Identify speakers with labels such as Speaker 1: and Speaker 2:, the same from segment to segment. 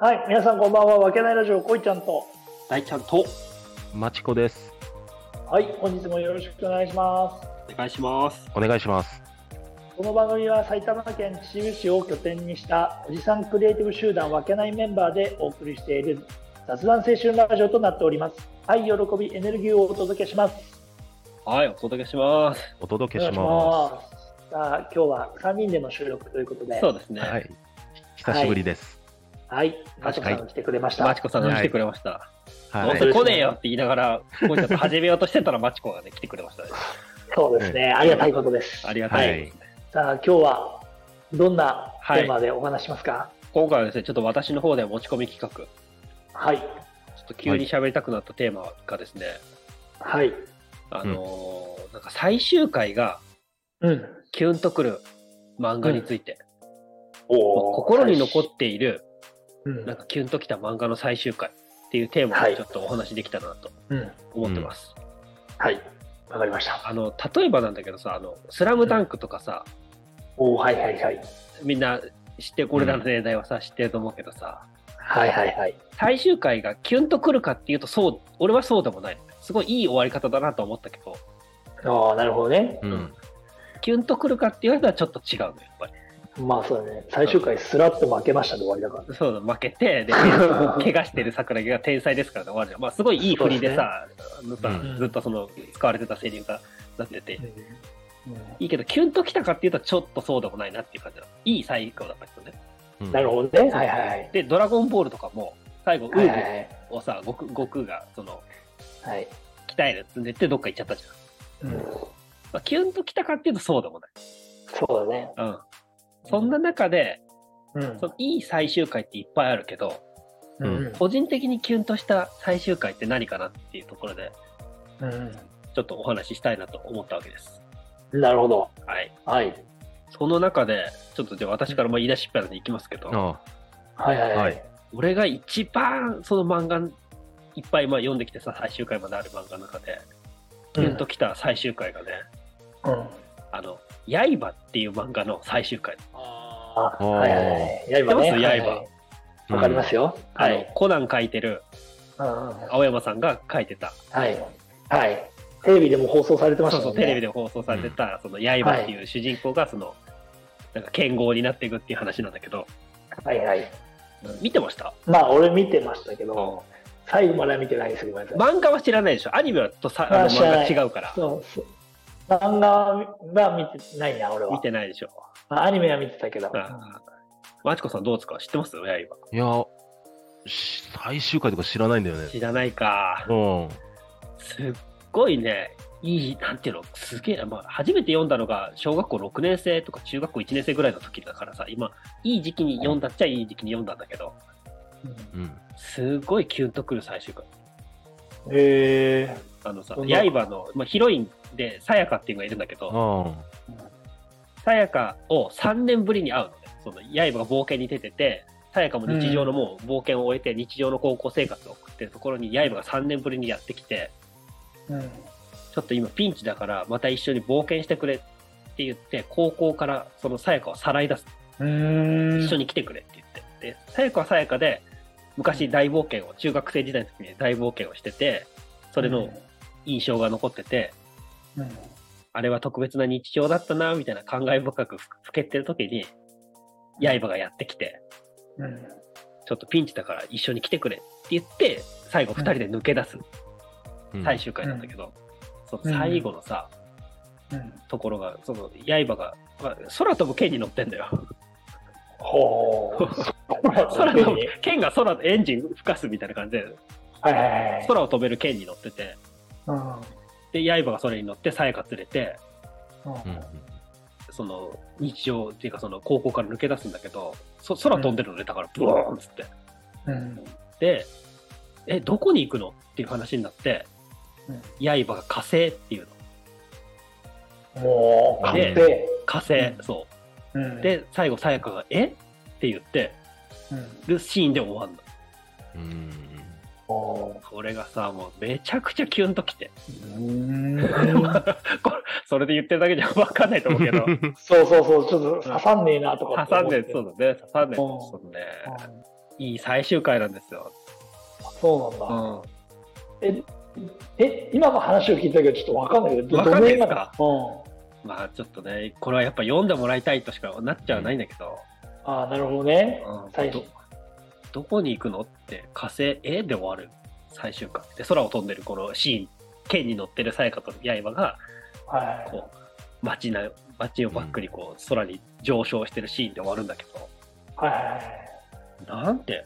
Speaker 1: はい、皆さんこんばんは。わけないラジオ、こいちゃんと。
Speaker 2: 大ちゃんと
Speaker 3: まちこです。
Speaker 1: はい、本日もよろしくお願いします。
Speaker 2: お願いします。
Speaker 3: お願いします。
Speaker 1: この番組は埼玉県秩父市を拠点にしたおじさんクリエイティブ集団わけないメンバーでお送りしている雑談青春ラジオとなっております。愛、喜び、エネルギーをお届けします。
Speaker 2: はい、お届けします。
Speaker 3: お届
Speaker 1: お
Speaker 3: け
Speaker 1: 願
Speaker 3: し
Speaker 1: いし
Speaker 3: ま
Speaker 1: ます。さあ、今日は3人での収録ということで、
Speaker 2: そうですね。
Speaker 3: す。はい。久しぶりです。
Speaker 1: はい、マチコさんが来てくれました。
Speaker 2: マチコさんが来てくれました。
Speaker 3: は
Speaker 2: どう
Speaker 3: い。
Speaker 2: せ来ねえよって言いながら、こうちょっと始めようとしてたらマチコがね、来てくれましたね。
Speaker 1: そうですね、ありがたいことです。
Speaker 2: ありがたい
Speaker 3: はい
Speaker 2: ですね。
Speaker 1: さあ、今日はどんなテーマでお話ししますか
Speaker 2: 今回はですね、ちょっと私の方で持ち込み企画、
Speaker 1: はい、
Speaker 2: ちょっと急に喋りたくなったテーマがですね、
Speaker 1: はい。
Speaker 2: あのーなんか最終回が
Speaker 1: うん。
Speaker 2: キュンとくる漫画について、
Speaker 1: お
Speaker 2: 心に残っている、
Speaker 1: うん
Speaker 2: なんかキュンときた漫画の最終回っていうテーマをちょっとお話しできたらなと
Speaker 1: うん。
Speaker 2: 思ってます。
Speaker 1: はい。わかりました。
Speaker 2: あの例えばなんだけどさ「あのスラムダンクとかさ、
Speaker 1: おおはいはいはい。
Speaker 2: みんな知って俺らの年代はさ知ってると思うけどさ
Speaker 1: はいはいはい。
Speaker 2: 最終回がキュンとくるかっていうとそう俺はそうでもないすごいいい終わり方だなと思ったけど
Speaker 1: ああ、なるほどね。
Speaker 3: うん。
Speaker 2: キュンとくるかって言われたらちょっと違うのやっぱり
Speaker 1: まあそうだね。最終回スラッと負けましたで終わりだか
Speaker 2: そうだ負けて で怪我してる桜木が天才ですからで終わるじゃんまあすごいいい振りでさあのさ
Speaker 3: うん
Speaker 2: ずっとその使われてたセリフがなってて
Speaker 1: ら。
Speaker 2: いいけどキュンときたかっていうとちょっとそうでもないなっていう感じだいい最後だったけどね
Speaker 3: うん
Speaker 1: なるほどね。はいはいはい。
Speaker 2: で「ドラゴンボール」とかも最後ウー
Speaker 1: は
Speaker 2: ブ
Speaker 1: い
Speaker 2: ル
Speaker 1: はい
Speaker 2: をさ悟空悟空がその
Speaker 1: はい。はい。
Speaker 2: 鍛えるっつんでってどっか行っちゃったじゃん、
Speaker 1: うん
Speaker 2: まあ、キュンときたかっていうとそうでもない、
Speaker 1: そうだね。
Speaker 2: うん、そんな中で
Speaker 1: うん
Speaker 2: そのいい最終回っていっぱいあるけど
Speaker 1: うん
Speaker 2: 個人的にキュンとした最終回って何かなっていうところで
Speaker 1: う
Speaker 2: ちょっとお話ししたいなと思ったわけです
Speaker 1: ん。なるほど。
Speaker 2: はい
Speaker 1: はい。
Speaker 2: その中でちょっとじゃあ私からも言い出しっぺなんでいきますけど、
Speaker 3: あ
Speaker 1: はいはい
Speaker 3: は
Speaker 1: はいい。
Speaker 2: 俺が一番その漫画いっぱいまあ読んできてさ最終回まである漫画の中でキュンときた最終回がね、
Speaker 1: うん。
Speaker 2: あの「刃」っていう漫画の最終回
Speaker 1: ああ、はいはいはい。刃
Speaker 2: 知
Speaker 1: ね。
Speaker 2: ってます
Speaker 1: はい
Speaker 2: 刃
Speaker 1: はい
Speaker 3: うん
Speaker 1: わかりますよ。は
Speaker 2: あの
Speaker 1: い。
Speaker 2: コナン書いてる
Speaker 1: うんうん
Speaker 2: 青山さんが書いてた、
Speaker 1: はい。はい。テレビでも放送されてまし
Speaker 2: そう
Speaker 1: た
Speaker 2: そ
Speaker 1: も
Speaker 2: うんテレ
Speaker 1: ね。
Speaker 2: ビで放送されてた「その刃」っていう主人公がその、なんか剣豪になっていくっていう話なんだけど
Speaker 1: はいはい。
Speaker 2: 見てました
Speaker 1: まあ、俺見てましたけど、最後までは見てないですけど、ごめんなさい
Speaker 2: 漫画は知らないでしょアニメはとさあ
Speaker 1: あ
Speaker 2: の
Speaker 1: 知ら
Speaker 2: 漫
Speaker 1: な
Speaker 2: 画
Speaker 1: い
Speaker 2: 違うから
Speaker 1: そうそう。漫画は見てないな、俺は。
Speaker 2: 見てないでしょ
Speaker 1: あアニメは見てたけど。
Speaker 2: あマチコさんどうですか知ってます刃
Speaker 3: いや、し最終回とか知らないんだよね。
Speaker 2: 知らないか
Speaker 3: うん。
Speaker 2: すっごいねいいなんていうのすげえな、まあ、初めて読んだのが小学校6年生とか中学校1年生ぐらいの時だからさ今いい時期に読んだっちゃいい時期に読んだんだけど
Speaker 3: うん。
Speaker 2: すごいキュンとくる最終回
Speaker 1: へえ。
Speaker 2: あのさ、
Speaker 1: どんな
Speaker 2: 刃の、まあ、ヒロインで、さやかっていうのがいるんだけど、
Speaker 3: あ
Speaker 2: さやかを3年ぶりに会うのね。その、刃が冒険に出てて、さやかも日常のもう冒険を終えて、日常の高校生活を送ってるところに、刃が3年ぶりにやってきて、
Speaker 1: うん。
Speaker 2: ちょっと今ピンチだから、また一緒に冒険してくれって言って、高校からそのさやかをさらい出す。
Speaker 1: うん
Speaker 2: 一緒に来てくれって言って。で、さやかはさやかで、昔大冒険を、中学生時代の時に大冒険をしてて、それの印象が残ってて、
Speaker 1: うん。
Speaker 2: あれは特別な日常だったな、みたいな感慨深くふふけってる時に、刃がやってきて、
Speaker 1: うん。
Speaker 2: ちょっとピンチだから一緒に来てくれって言って、最後二人で抜け出す
Speaker 3: あ。
Speaker 2: 最終回なんだけど、そ
Speaker 1: うん
Speaker 2: の最後のさ、
Speaker 1: うん。
Speaker 2: ところが、その刃が、まあ空飛ぶ剣に乗ってんだよ。
Speaker 1: ほう。
Speaker 2: 空飛ぶ剣が空、エンジン吹かすみたいな感じで、
Speaker 1: はいはいはい。
Speaker 2: 空を飛べる剣に乗ってて、で、刃がそれに乗って、さやか連れて、
Speaker 1: うん。
Speaker 3: うん。
Speaker 2: その日常っていうかその高校から抜け出すんだけど、そ空飛んでるのね、だからブワーンっつって。
Speaker 1: うん。
Speaker 2: で、え、どこに行くのっていう話になって、
Speaker 1: うん
Speaker 2: 刃が火星っていうの。
Speaker 1: もう、完成。
Speaker 2: 火星、
Speaker 1: うん
Speaker 2: そうう。
Speaker 1: ん、
Speaker 2: で、最後、さやかが、えって言って
Speaker 1: うん。
Speaker 2: るシーンで終わるの。
Speaker 3: うん。
Speaker 1: ほ
Speaker 2: これがさ、もうめちゃくちゃキュンときて。
Speaker 1: ううん。
Speaker 2: それで言ってるだけじゃわかんないと思う けど、
Speaker 1: そうそうそう、ちょっと刺さんねえなとかって
Speaker 2: 挟ん
Speaker 1: 思って。
Speaker 2: で、そうだね、挟んで、
Speaker 1: うん
Speaker 2: そうね。いい最終回なんですよ。
Speaker 1: そうなん
Speaker 2: う
Speaker 1: だ。
Speaker 2: ん。
Speaker 1: え、え、今の話を聞いたけど、ちょっとわかんないけど、
Speaker 2: わかんないですか
Speaker 1: どうん。
Speaker 2: まあちょっとね、これはやっぱ読んでもらいたいとしかなっちゃわないんだけど、
Speaker 1: ああ、なるほどね。
Speaker 2: うん
Speaker 1: 最
Speaker 2: ど
Speaker 1: 初。
Speaker 2: どこに行くのって火星えで終わる最終回で空を飛んでるこのシーン剣に乗ってるさやかと刃が
Speaker 1: はい。
Speaker 2: こう街な街をバックにこう空に上昇してるシーンで終わるんだけど、
Speaker 1: はいはいはい。
Speaker 2: なんて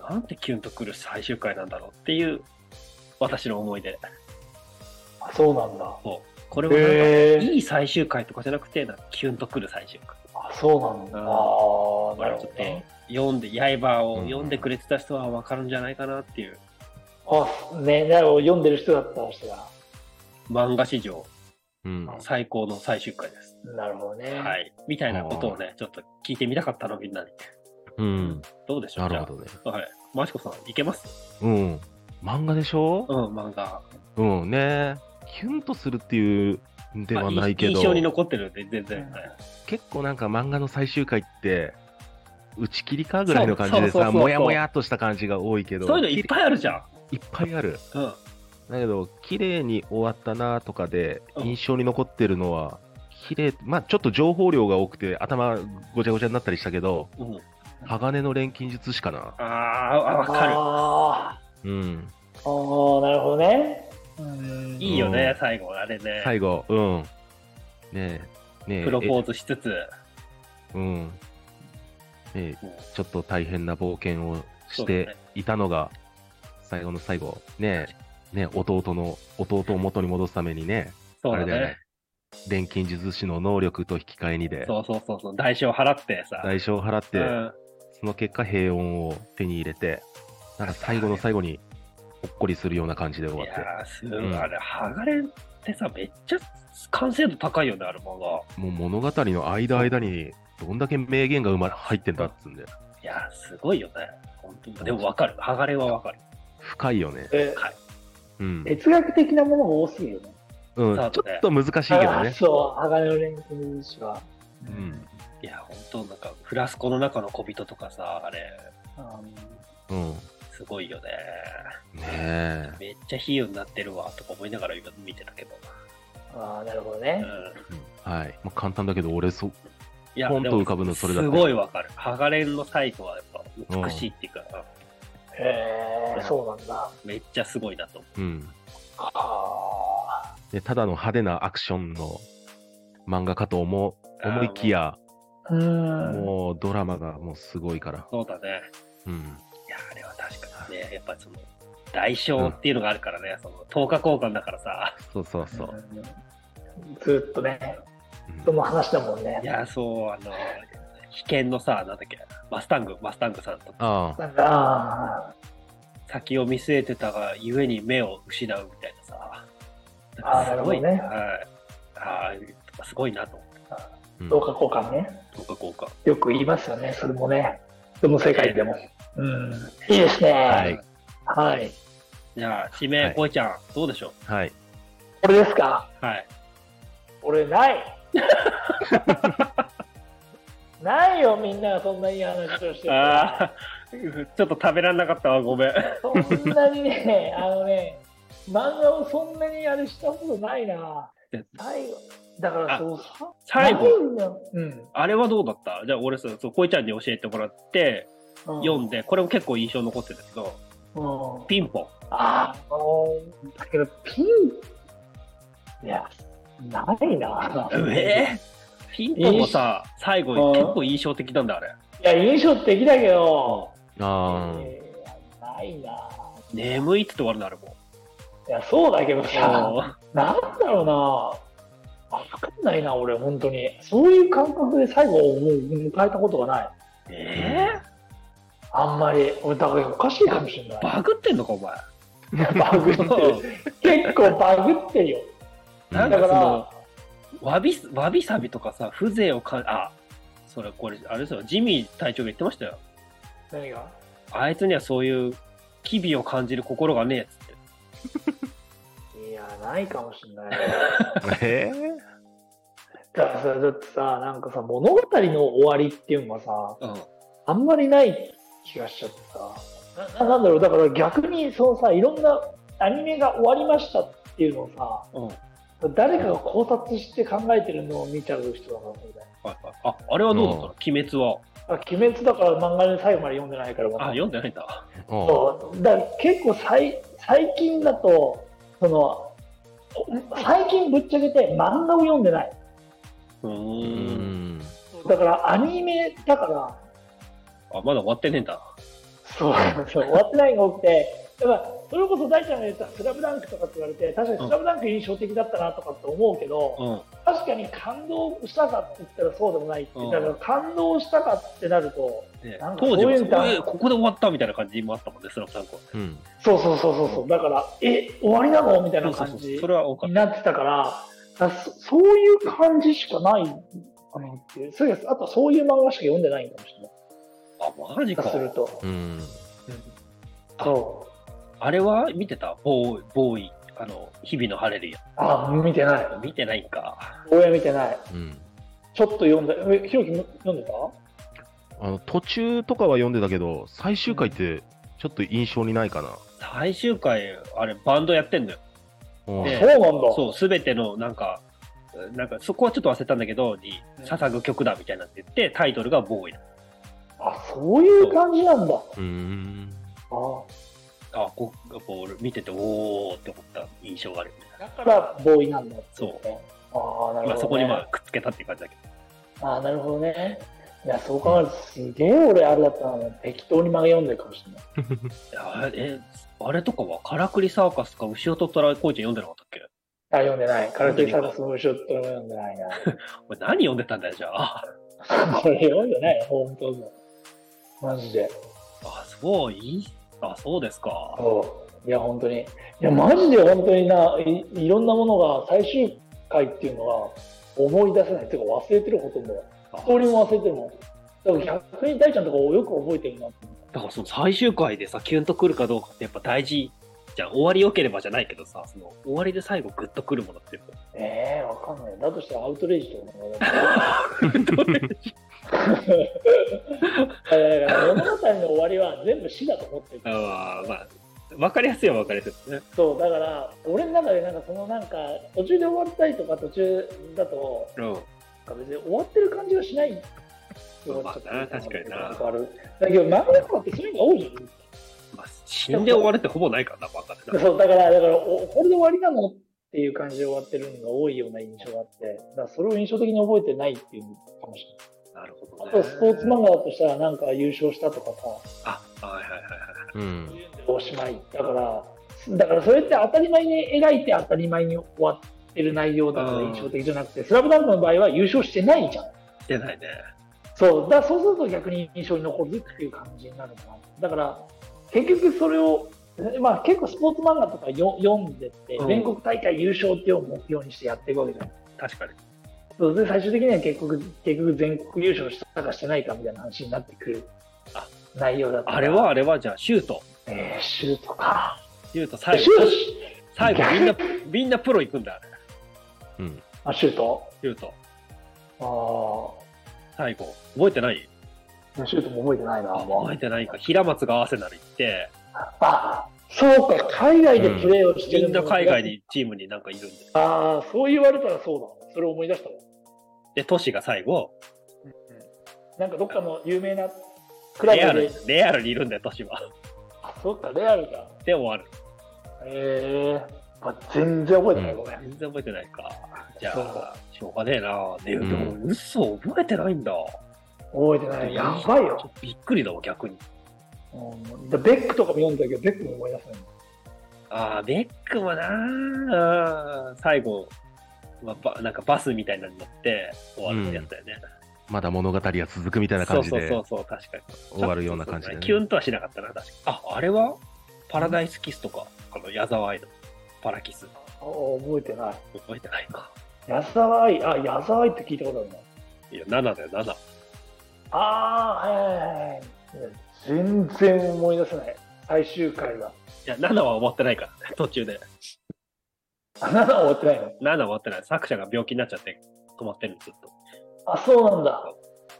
Speaker 2: なんてキュンとくる最終回なんだろうっていう私の思い出
Speaker 1: あそうなんだ。
Speaker 2: そうこれもなんか
Speaker 1: へえ。
Speaker 2: いい最終回とかじゃなくてなんかキュンとくる最終回
Speaker 1: あ、そうなんだ。
Speaker 2: う
Speaker 1: あ
Speaker 2: ん
Speaker 1: あー、
Speaker 2: これ
Speaker 1: なる
Speaker 2: はち
Speaker 1: ほど
Speaker 2: ょっと
Speaker 1: ね。
Speaker 2: 読んで刃を
Speaker 3: うん
Speaker 2: 読んでくれてた人は分かるんじゃないかなっていう
Speaker 1: あ、ね、なるほど読んでる人だったらしが。
Speaker 2: 漫画史上
Speaker 3: うん。
Speaker 2: 最高の最終回です
Speaker 1: なるほどね。
Speaker 2: はい。みたいなことをね、ちょっと聞いてみたかったの、みんなに。
Speaker 3: うん。
Speaker 2: どうでしょ
Speaker 3: な
Speaker 2: う
Speaker 3: るほどね。
Speaker 2: ど。はい。マシコさん、いけます
Speaker 3: うん。漫画でしょ
Speaker 2: うん、漫画。
Speaker 3: うんね。キュンとするっていうんではないけ
Speaker 2: まあ
Speaker 3: ど、
Speaker 2: 印象に残ってるんで、全然。
Speaker 1: うん
Speaker 2: はい
Speaker 3: 結構なんか漫画の最終回って、打ち切りかぐらいの感じで
Speaker 2: そうそうそう
Speaker 3: さ、
Speaker 2: そう
Speaker 3: もやもやっとした感じが多いけど、
Speaker 2: そういうのいっぱいあるじゃん。
Speaker 3: いっぱいある。
Speaker 2: うん。
Speaker 3: だけど、綺麗に終わったなとかで、
Speaker 2: うん
Speaker 3: 印象に残ってるのは、綺麗まあちょっと情報量が多くて、頭ごちゃごちゃになったりしたけど、
Speaker 2: うん、
Speaker 3: 鋼の錬金術師かな。
Speaker 2: あーあ、わかる。
Speaker 1: あ
Speaker 3: うん。
Speaker 1: ーあー、なるほどね。うん
Speaker 2: いいよね
Speaker 3: う、ん
Speaker 2: 最後、あれね。
Speaker 3: 最後、うん。ねえ、ねえ、
Speaker 2: プロポーズしつつ、
Speaker 3: えうん。ねえ、
Speaker 2: もう
Speaker 3: ちょっと大変な冒険を
Speaker 2: そう
Speaker 3: し
Speaker 2: だね
Speaker 3: ていたのが、最後の最後、ねえ、ねえ弟の、弟を元に戻すためにね、
Speaker 2: そ
Speaker 3: あ
Speaker 2: う
Speaker 3: れ
Speaker 2: だ
Speaker 3: だよね
Speaker 2: ね。、
Speaker 3: 錬金術師の能力と引き換えにで、
Speaker 2: そうそうそうそう、代償払ってさ。
Speaker 3: 代償を払って、
Speaker 2: うん
Speaker 3: その結果平穏を手に入れて、なんか最後の最後にほっこりするような感じで終
Speaker 2: い
Speaker 3: わって、
Speaker 2: やー、すご
Speaker 3: う
Speaker 2: い。
Speaker 3: ん
Speaker 2: あれ、剥がれってさ、めっちゃ完成度高いよね、あれ漫画。
Speaker 3: もう物語の間間に、どんだけ名言が生まれ入ってんだっつうんで、
Speaker 2: いやー、すごいよね。本当にでもわかる。剥がれはわかる。
Speaker 3: 深いよね。
Speaker 1: え
Speaker 3: うん。
Speaker 1: 哲学的なものが多すぎるよね。
Speaker 3: うん、ち
Speaker 2: そ
Speaker 3: ょ
Speaker 2: う
Speaker 3: っ
Speaker 2: だね
Speaker 3: と難しいけど
Speaker 1: あ
Speaker 3: ね。
Speaker 1: そう、鋼の錬金術師は。
Speaker 3: うん。
Speaker 2: いや、本当なんか、フラスコの中の小人とかさ、あれ、
Speaker 1: うん
Speaker 3: うん。
Speaker 2: すごいよね。
Speaker 3: ねえ。
Speaker 2: めっちゃ比喩になってるわ、とか思いながら今見てたけど。
Speaker 1: ああ、なるほど
Speaker 2: う
Speaker 1: ね。
Speaker 2: ん。
Speaker 3: はい。まあ、簡単だけど、俺、そ、
Speaker 2: いや
Speaker 3: ポンと
Speaker 2: でも
Speaker 3: 浮かぶのそれだ
Speaker 2: す
Speaker 3: け
Speaker 2: ごいわかる。ハガレンの最後はやっぱ美しいっていうか、
Speaker 1: へえ、そうなんだ。
Speaker 2: めっちゃすごいなと思
Speaker 3: うん。
Speaker 1: はあ。
Speaker 3: でただの派手なアクションの漫画かと思う、思いきや、
Speaker 1: うーん。
Speaker 3: もうドラマがもうすごいから。
Speaker 2: う。そうだね。
Speaker 3: うん。
Speaker 2: いや、あれは確かにね、やっぱその、代償っていうのがあるからね、その、等価交換だからさ。
Speaker 3: そうそうそう。
Speaker 1: ずっとね、
Speaker 3: うん
Speaker 1: その話だもんね
Speaker 2: い。や、そう、あの、危険のさ、なんだっけ、マスタング、マスタングさんと
Speaker 3: ああ、
Speaker 1: なんか、あ
Speaker 2: 先を見据えてたがゆえに目を失うみたいなさ。
Speaker 1: あーなるほどね
Speaker 2: はい。ああ、すごいなと思って。
Speaker 3: う
Speaker 1: ー
Speaker 3: ん
Speaker 1: 同化交換ね。
Speaker 2: どうかこうか。
Speaker 1: よく言いますよね、それもね。どの世界でも。うん。いいですね。
Speaker 3: は
Speaker 1: はいい。
Speaker 2: じゃあ、指名、
Speaker 3: はい
Speaker 2: こいちゃん、どうでしょ
Speaker 3: はい。
Speaker 1: これですか
Speaker 2: うはい。
Speaker 1: 俺、 ない。ないよ、みんながそんないい話をして
Speaker 2: ああ、ちょっと食べられなかったわ、ごめん。
Speaker 1: そんなにね、 あのね、漫画をそんなにあれしたことないな。最後、だからそうさ、
Speaker 2: 最
Speaker 1: ない
Speaker 2: 後、
Speaker 1: んだようん。
Speaker 2: あれはどうだったじゃあ、俺さ、そうこいちゃんに教えてもらって、読んで、これも結構印象残ってたけど、
Speaker 1: うん。
Speaker 2: ピンポン。
Speaker 1: あの、だけど、ピン、いや、ないな。
Speaker 2: えーピンポンもさ、最後、
Speaker 1: うん
Speaker 2: 結構印象的なんだ、あれ。
Speaker 1: いや、印象的だけど、
Speaker 3: ああ、
Speaker 1: えーないな。
Speaker 2: 眠いっつって終わるの、あれも。
Speaker 1: いや、そうだけどさ、
Speaker 2: うん
Speaker 1: なんだろうな。わかんないな、俺、本当に。そういう感覚で最後をもう迎えたことがない。
Speaker 2: えー
Speaker 1: あんまり。俺、だからおかしいかもしれない。
Speaker 2: バグってんのか、お前。
Speaker 1: バグってる。結構バグってるよ。
Speaker 2: な
Speaker 1: だ
Speaker 2: ん
Speaker 1: か
Speaker 2: かそ
Speaker 1: ら
Speaker 2: の、わびす、わびさびとかさ、風情をかあ、それ、これ、あれですよ、ジミー隊長が言ってましたよ。
Speaker 1: 何が
Speaker 2: あいつにはそういう、機微を感じる心がねえっつって。
Speaker 1: いや、ないかもしれない。
Speaker 3: え
Speaker 1: だからさ、だってさ、なんかさ、物語の終わりっていうのはさ、
Speaker 2: うん。
Speaker 1: あんまりない気がしちゃったななんだろうだから逆にそのさいろんなアニメが終わりましたっていうのをさ
Speaker 2: うん。はい
Speaker 1: 誰かが考察して考えてるのを見ちゃう人だからみたい
Speaker 2: はい。あ、あれはどうだったの鬼滅は。
Speaker 1: なあ鬼滅だから漫画で最後まで読んでないから
Speaker 2: あ、読んでないんだ。
Speaker 3: あ
Speaker 1: そうだから結構さい最近だとその最近ぶっちゃけて漫画を読んでないう
Speaker 3: う
Speaker 2: ーん。
Speaker 3: ん。
Speaker 1: だからアニメだから
Speaker 2: あ、まだ終わってねえんだ。
Speaker 1: そうそう終わってないのが多くてだからそれこそ大ちゃんが言った「スラムダンクとかって言われて確かに「スラムダンク印象的だったなとかって思うけど、
Speaker 2: うん。
Speaker 1: 確かに感動したかって言ったらそうでもないって、
Speaker 2: うん
Speaker 1: だから感動したかってなると
Speaker 2: ね
Speaker 1: なんか
Speaker 2: 当時
Speaker 1: そう
Speaker 2: も
Speaker 1: いう
Speaker 2: そ
Speaker 1: んだ
Speaker 2: ういうここで終わったみたいな感じもあったもんね、スラムダンクは。
Speaker 3: うん。
Speaker 1: そうそうそうそうそうだからえ終わりなのみたいな
Speaker 2: そ
Speaker 1: 感
Speaker 2: うそうそう
Speaker 1: じ
Speaker 2: それは多かっ
Speaker 1: になってたからだからそそういう感じしかないかなっていうそうですあとそういう漫画しか読んでないんかもしれない
Speaker 2: た。あ、マジ
Speaker 1: 気
Speaker 2: か
Speaker 1: が。すると
Speaker 3: うん。
Speaker 1: そう
Speaker 2: あれは見てたボーイ、ボーイ、あの、日々の晴れるや
Speaker 1: あ見てない
Speaker 2: つ。見てないんか。
Speaker 1: 応援見てない
Speaker 3: うん。
Speaker 1: ちょっと読んだえひろき読んでた
Speaker 3: あの、途中とかは読んでたけど、最終回って、ちょっと印象にないかな。
Speaker 2: 最終回、あれ、バンドやってんのよ。
Speaker 3: うん
Speaker 2: ね
Speaker 1: そうなんだ
Speaker 2: そう、すべての、なんか、なんか、そこはちょっと忘れたんだけど、に、捧ぐ曲だみたいになって言って、タイトルがボーイだ。
Speaker 1: あそういう感じなんだあ
Speaker 3: うん。
Speaker 2: あ、こボール見てて、おーって思った印象があるよね。
Speaker 1: だからボーイなんだって
Speaker 2: そう。
Speaker 1: ああなるほど、ね
Speaker 2: まあ、そこにまあ、くっつけたっていう感じだけど。
Speaker 1: ああ、なるほどね。いや、そう考えると、すげえ俺、あれだったな。適当に漫画読んでるかもしれない。
Speaker 2: いやあれえ、あれとかは、カラクリサーカスか、牛尾と虎コーチ読んでなかったっけ
Speaker 1: あ、読んでない。カラティサーカスの後ろって俺も読んでないな。
Speaker 2: お前何読んでたんだよ、じゃあ。
Speaker 1: これ読んでない、本当に。マジで。
Speaker 2: あ、そう、いい。あ、そうですか。
Speaker 1: そう。いや、本当に。いや、マジで本当にな、いいろんなものが最終回っていうのは思い出せない。っていうか、忘れてることも、
Speaker 2: あ
Speaker 1: ストーリーも忘れてるもん。だから逆に大ちゃんとかをよく覚えてるなって
Speaker 2: だからその最終回でさ、キュンとくるかどうかってやっぱ大事じゃん。終わり良ければじゃないけどさ、その終わりで最後グッとくるものってやっぱ。
Speaker 1: ええわかんない。だとしたらアウトレイジとかも。 えー物語の終わりは全部死だと思ってるから
Speaker 2: あーまあ、わかりやすいはわかりやすいですね。
Speaker 1: そうだから俺の中でなんかそのなんか途中で終わったりとか途中だと
Speaker 2: うん。
Speaker 1: なんか別に終わっってる感じはしない
Speaker 2: まあな確かにな
Speaker 1: なんかあるだけど漫画とかってそういうのが多いじゃん
Speaker 2: まあ、死んで終わるってほぼないからな、バカでな。
Speaker 1: そうだから、だからおこれで終わりなのっていう感じで終わってるのが多いような印象があって、だからそれを印象的に覚えてないっていうのかもし
Speaker 2: なるほ
Speaker 1: れ
Speaker 2: ど
Speaker 1: な
Speaker 2: ね
Speaker 1: い。あ。とスポーツ漫画だとしたら、なんか優勝したとかさ、
Speaker 2: あ、はいはいはいはい。
Speaker 3: うん。
Speaker 1: おしまい。だから、だからそれって当たり前に描いて当たり前に終わってる内容だから
Speaker 2: うん
Speaker 1: 印象的じゃなくて、スラムダンクの場合は優勝してないじゃん。
Speaker 2: してないね。
Speaker 1: そう、だからそうすると逆に印象に残るっていう感じになるかな。だから、結局それを、えまあ結構スポーツ漫画とかよ読んでって
Speaker 2: う、ん
Speaker 1: 全国大会優勝っていうのを目標にしてやっていくわけじゃない。
Speaker 2: 確かに。
Speaker 1: そうで最終的には結局、結局全国優勝したかしてないかみたいな話になってくる
Speaker 2: あ
Speaker 1: 内容だったから
Speaker 2: あれは、あれは、じゃあ、シュート。
Speaker 1: えーシュートか。
Speaker 2: シュート
Speaker 1: シュ
Speaker 2: 最
Speaker 1: ー
Speaker 2: 後
Speaker 1: ト。
Speaker 2: 最後、みんな、みんなプロ行くんだ、あれ
Speaker 3: うん。
Speaker 1: あ、シュート
Speaker 2: シュート。
Speaker 1: あ
Speaker 2: 最後。覚えてない
Speaker 1: あ、シュートも覚えてないな、
Speaker 2: あ
Speaker 1: も
Speaker 2: 覚え
Speaker 1: う。
Speaker 2: てないか。平松がアーセナル行って、
Speaker 1: あ、そうか、海外でプレーをして
Speaker 2: み
Speaker 1: る
Speaker 2: ん
Speaker 1: の
Speaker 2: な
Speaker 1: ね
Speaker 2: 海外にチームになんかいるんで。
Speaker 1: ああ、そう言われたらそうだ。それ思い出したわ。
Speaker 2: で、都市が最後、
Speaker 1: なんかどっかの有名なクラ
Speaker 2: レア
Speaker 1: ブ
Speaker 2: ル
Speaker 1: で、、
Speaker 2: レアルにいるんだよ、都市は。
Speaker 1: あそっか、レアルか。
Speaker 2: で、終わる。
Speaker 1: ええまあ、全然覚えてない、
Speaker 3: うん
Speaker 1: ごめん。
Speaker 2: 全然覚えてないか。じゃ
Speaker 1: そう
Speaker 2: あ
Speaker 1: だ、
Speaker 2: しょうがねえな。ね、で
Speaker 3: うん
Speaker 2: も、嘘、覚えてないんだ。
Speaker 1: 覚えてない。やばい
Speaker 2: ちょ
Speaker 1: よ。
Speaker 2: っとびっくりだわ、逆に。
Speaker 1: うん、だベックとかも読んだけど、ベックも思い出せない。
Speaker 2: ああ、ベックもなあ最後、まあば、なんかバスみたいなのに乗って終わるってやったよね。
Speaker 3: まだ物語が続くみたいな
Speaker 2: そ
Speaker 3: 感
Speaker 2: う
Speaker 3: じ
Speaker 2: そう
Speaker 3: で
Speaker 2: そうそう、確かに。
Speaker 3: 終わるような感じで、ね。
Speaker 2: キュンとはしなかったな、確かに。あ、あれはパラダイスキスとか、あの、矢沢愛のパラキス。
Speaker 1: あ覚えてない。
Speaker 2: 覚えてないか。
Speaker 1: 矢沢愛、あ、矢沢愛って聞いたことあるな。
Speaker 2: いや、7だよ、7。
Speaker 1: ああ、はいはいはい。全然思い出せない。最終回は。
Speaker 2: いや、7は終わってないからね、途中で。
Speaker 1: あ、なた終わってないの
Speaker 2: 7は終わってない。作者が病気になっちゃって、止まってるのずっと。
Speaker 1: あ、そうなんだ。あ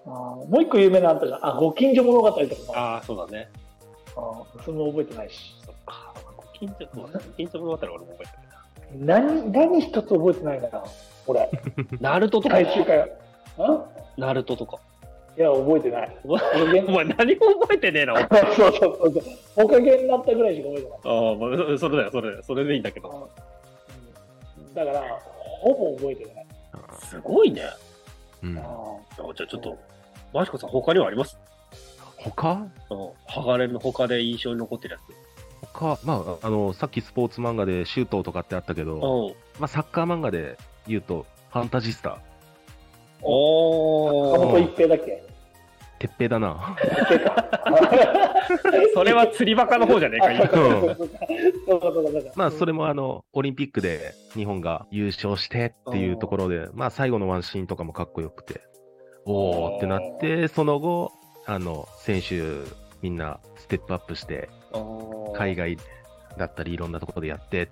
Speaker 1: あーもう一個有名なのあったじゃん。あ、ご近所物語とか。
Speaker 2: ああ、そうだね。
Speaker 1: あーそんな覚えてないし。
Speaker 2: そっか。ご近所、そうだねご近所物語俺も覚えてる
Speaker 1: 何、何一つ覚えてないな、俺。
Speaker 2: な。ナルトとか、
Speaker 1: 最終回。ん
Speaker 2: ナルトとか。
Speaker 1: いや、覚えてない。
Speaker 2: お前
Speaker 1: お前
Speaker 2: お前何も覚えてねえな。お前
Speaker 1: そうそうそうそう。おかげになったぐらいしか覚えてない。
Speaker 2: ああ、まあ、それだよ、それだよ。それでいいんだけど。
Speaker 1: うんだから、ほぼ覚えてない。
Speaker 2: すごいね。
Speaker 3: うん
Speaker 1: あ。ー
Speaker 2: じゃあ、ちょっと、マシコさん、他にはあります
Speaker 3: 他
Speaker 2: うん。鋼の他で印象に残ってるやつ。
Speaker 3: 他、まあ、あの、さっきスポーツ漫画でシュートとかってあったけど、
Speaker 2: うん。
Speaker 3: まあ、サッカー漫画で言うと、ファンタジスタ、
Speaker 1: 岡
Speaker 2: お
Speaker 3: ー
Speaker 2: お。
Speaker 1: 本一平だっ け
Speaker 3: 鉄平だな。
Speaker 1: 一平か。
Speaker 2: それは釣りバカの方じゃねえか、
Speaker 1: あ
Speaker 2: 今。
Speaker 1: そうそうそうそうそうそうそう
Speaker 3: まあ、それもあの、オリンピックで日本が優勝してっていうところで、まあ、最後のワンシーンとかもかっこよくて、おーってなって、その後、あの、選手、みんなステップアップして、海外だったり、いろんなところでやってっ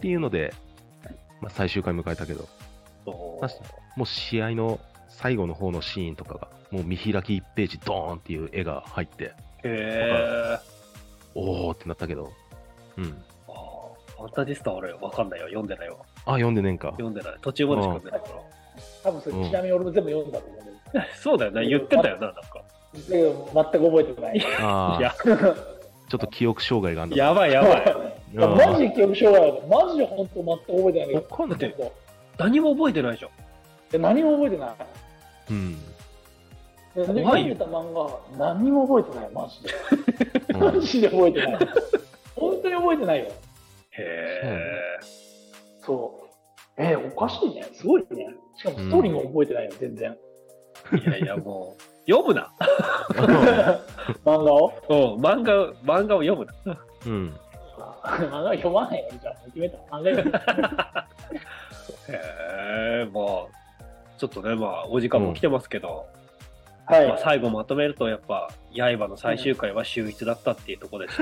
Speaker 3: ていうので、まあ、最終回迎えたけど、
Speaker 2: そう
Speaker 3: まあもう試合の最後の方のシーンとかが、もう見開き1ページ、ドーンっていう絵が入って、
Speaker 2: へえ。
Speaker 3: おーってなったけど、うん。
Speaker 2: あーファンタジスタは俺、わかんないよ。読んでないわ。
Speaker 3: あ、読んでねえんか。
Speaker 2: 読んでない。途中までしか読んでないから。
Speaker 1: 多分それちなみに俺も全部読んだと思うんだ
Speaker 2: そうだよね。言ってたよな、なんか。
Speaker 1: けど、だけど全く覚えてない。
Speaker 3: あ
Speaker 2: い
Speaker 3: あ、
Speaker 2: や、
Speaker 3: ちょっと記憶障害があるんだ。
Speaker 2: やばいやばい。
Speaker 1: いやマジ記憶障害だマジで本当全く覚えてないんだけど。
Speaker 3: かん
Speaker 2: ない
Speaker 1: 本
Speaker 2: 何も覚えてないじゃん。
Speaker 1: 当で何も覚えてない。
Speaker 3: うん。
Speaker 1: で
Speaker 2: 怖い
Speaker 1: 読
Speaker 2: よ
Speaker 1: んでた漫画、何も覚えてない、マジで。
Speaker 3: うん
Speaker 1: マジで覚えて ない。本当に覚えてないよ。
Speaker 2: へえ。
Speaker 1: そう。えー、おかしいね。すごいね。しかもストーリーも覚えてないよ、全然。
Speaker 2: いやいや、もう、読むな。
Speaker 1: 漫画を
Speaker 2: うん、漫画、漫画を読むな。
Speaker 3: うん。
Speaker 1: 漫画読まないよ、じゃあ。決めた。漫画読む。
Speaker 2: へえ、まあ、ちょっとね、まあ、お時間も来てますけど、
Speaker 1: はい。
Speaker 2: まあ、最後まとめると、やっぱ、刃の最終回は秀逸だったっていうところです、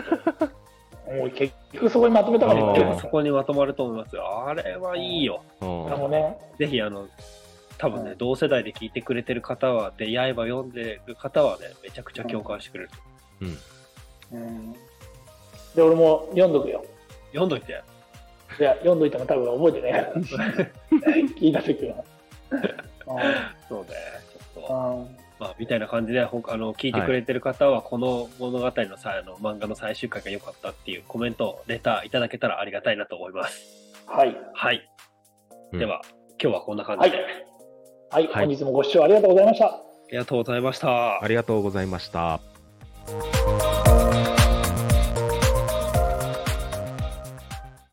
Speaker 1: もう結局そこにまとめたから
Speaker 3: うん
Speaker 2: で
Speaker 1: 言っ
Speaker 2: も
Speaker 1: て
Speaker 2: そこにまとまると思いますよ。あれはいいよ。
Speaker 1: あの
Speaker 3: あ
Speaker 1: ね、
Speaker 2: ぜひ、あの、多分ね、
Speaker 1: うん
Speaker 2: 同世代で聞いてくれてる方は、で、刃読んでる方はね、めちゃくちゃ共感してくれると。
Speaker 3: うん。
Speaker 1: うん。で、俺も読んどくよ。
Speaker 2: 読んどいて。
Speaker 1: いや、読んどいても多分覚えてないから。 聞いた時は。
Speaker 2: そうね、ちょっと。
Speaker 1: うんうん
Speaker 2: まあ、みたいな感じで、ほんあの、聞いてくれてる方は、この物語のさ、あの、漫画の最終回が良かったっていうコメント、レターいただけたらありがたいなと思います。
Speaker 1: はい。
Speaker 2: はい。
Speaker 3: うん
Speaker 2: では、今日はこんな感じで、
Speaker 1: はいはい、
Speaker 3: はい
Speaker 1: 本日もご視聴ありがとうございました。
Speaker 2: ありがとうございました。
Speaker 3: ありがとうございました。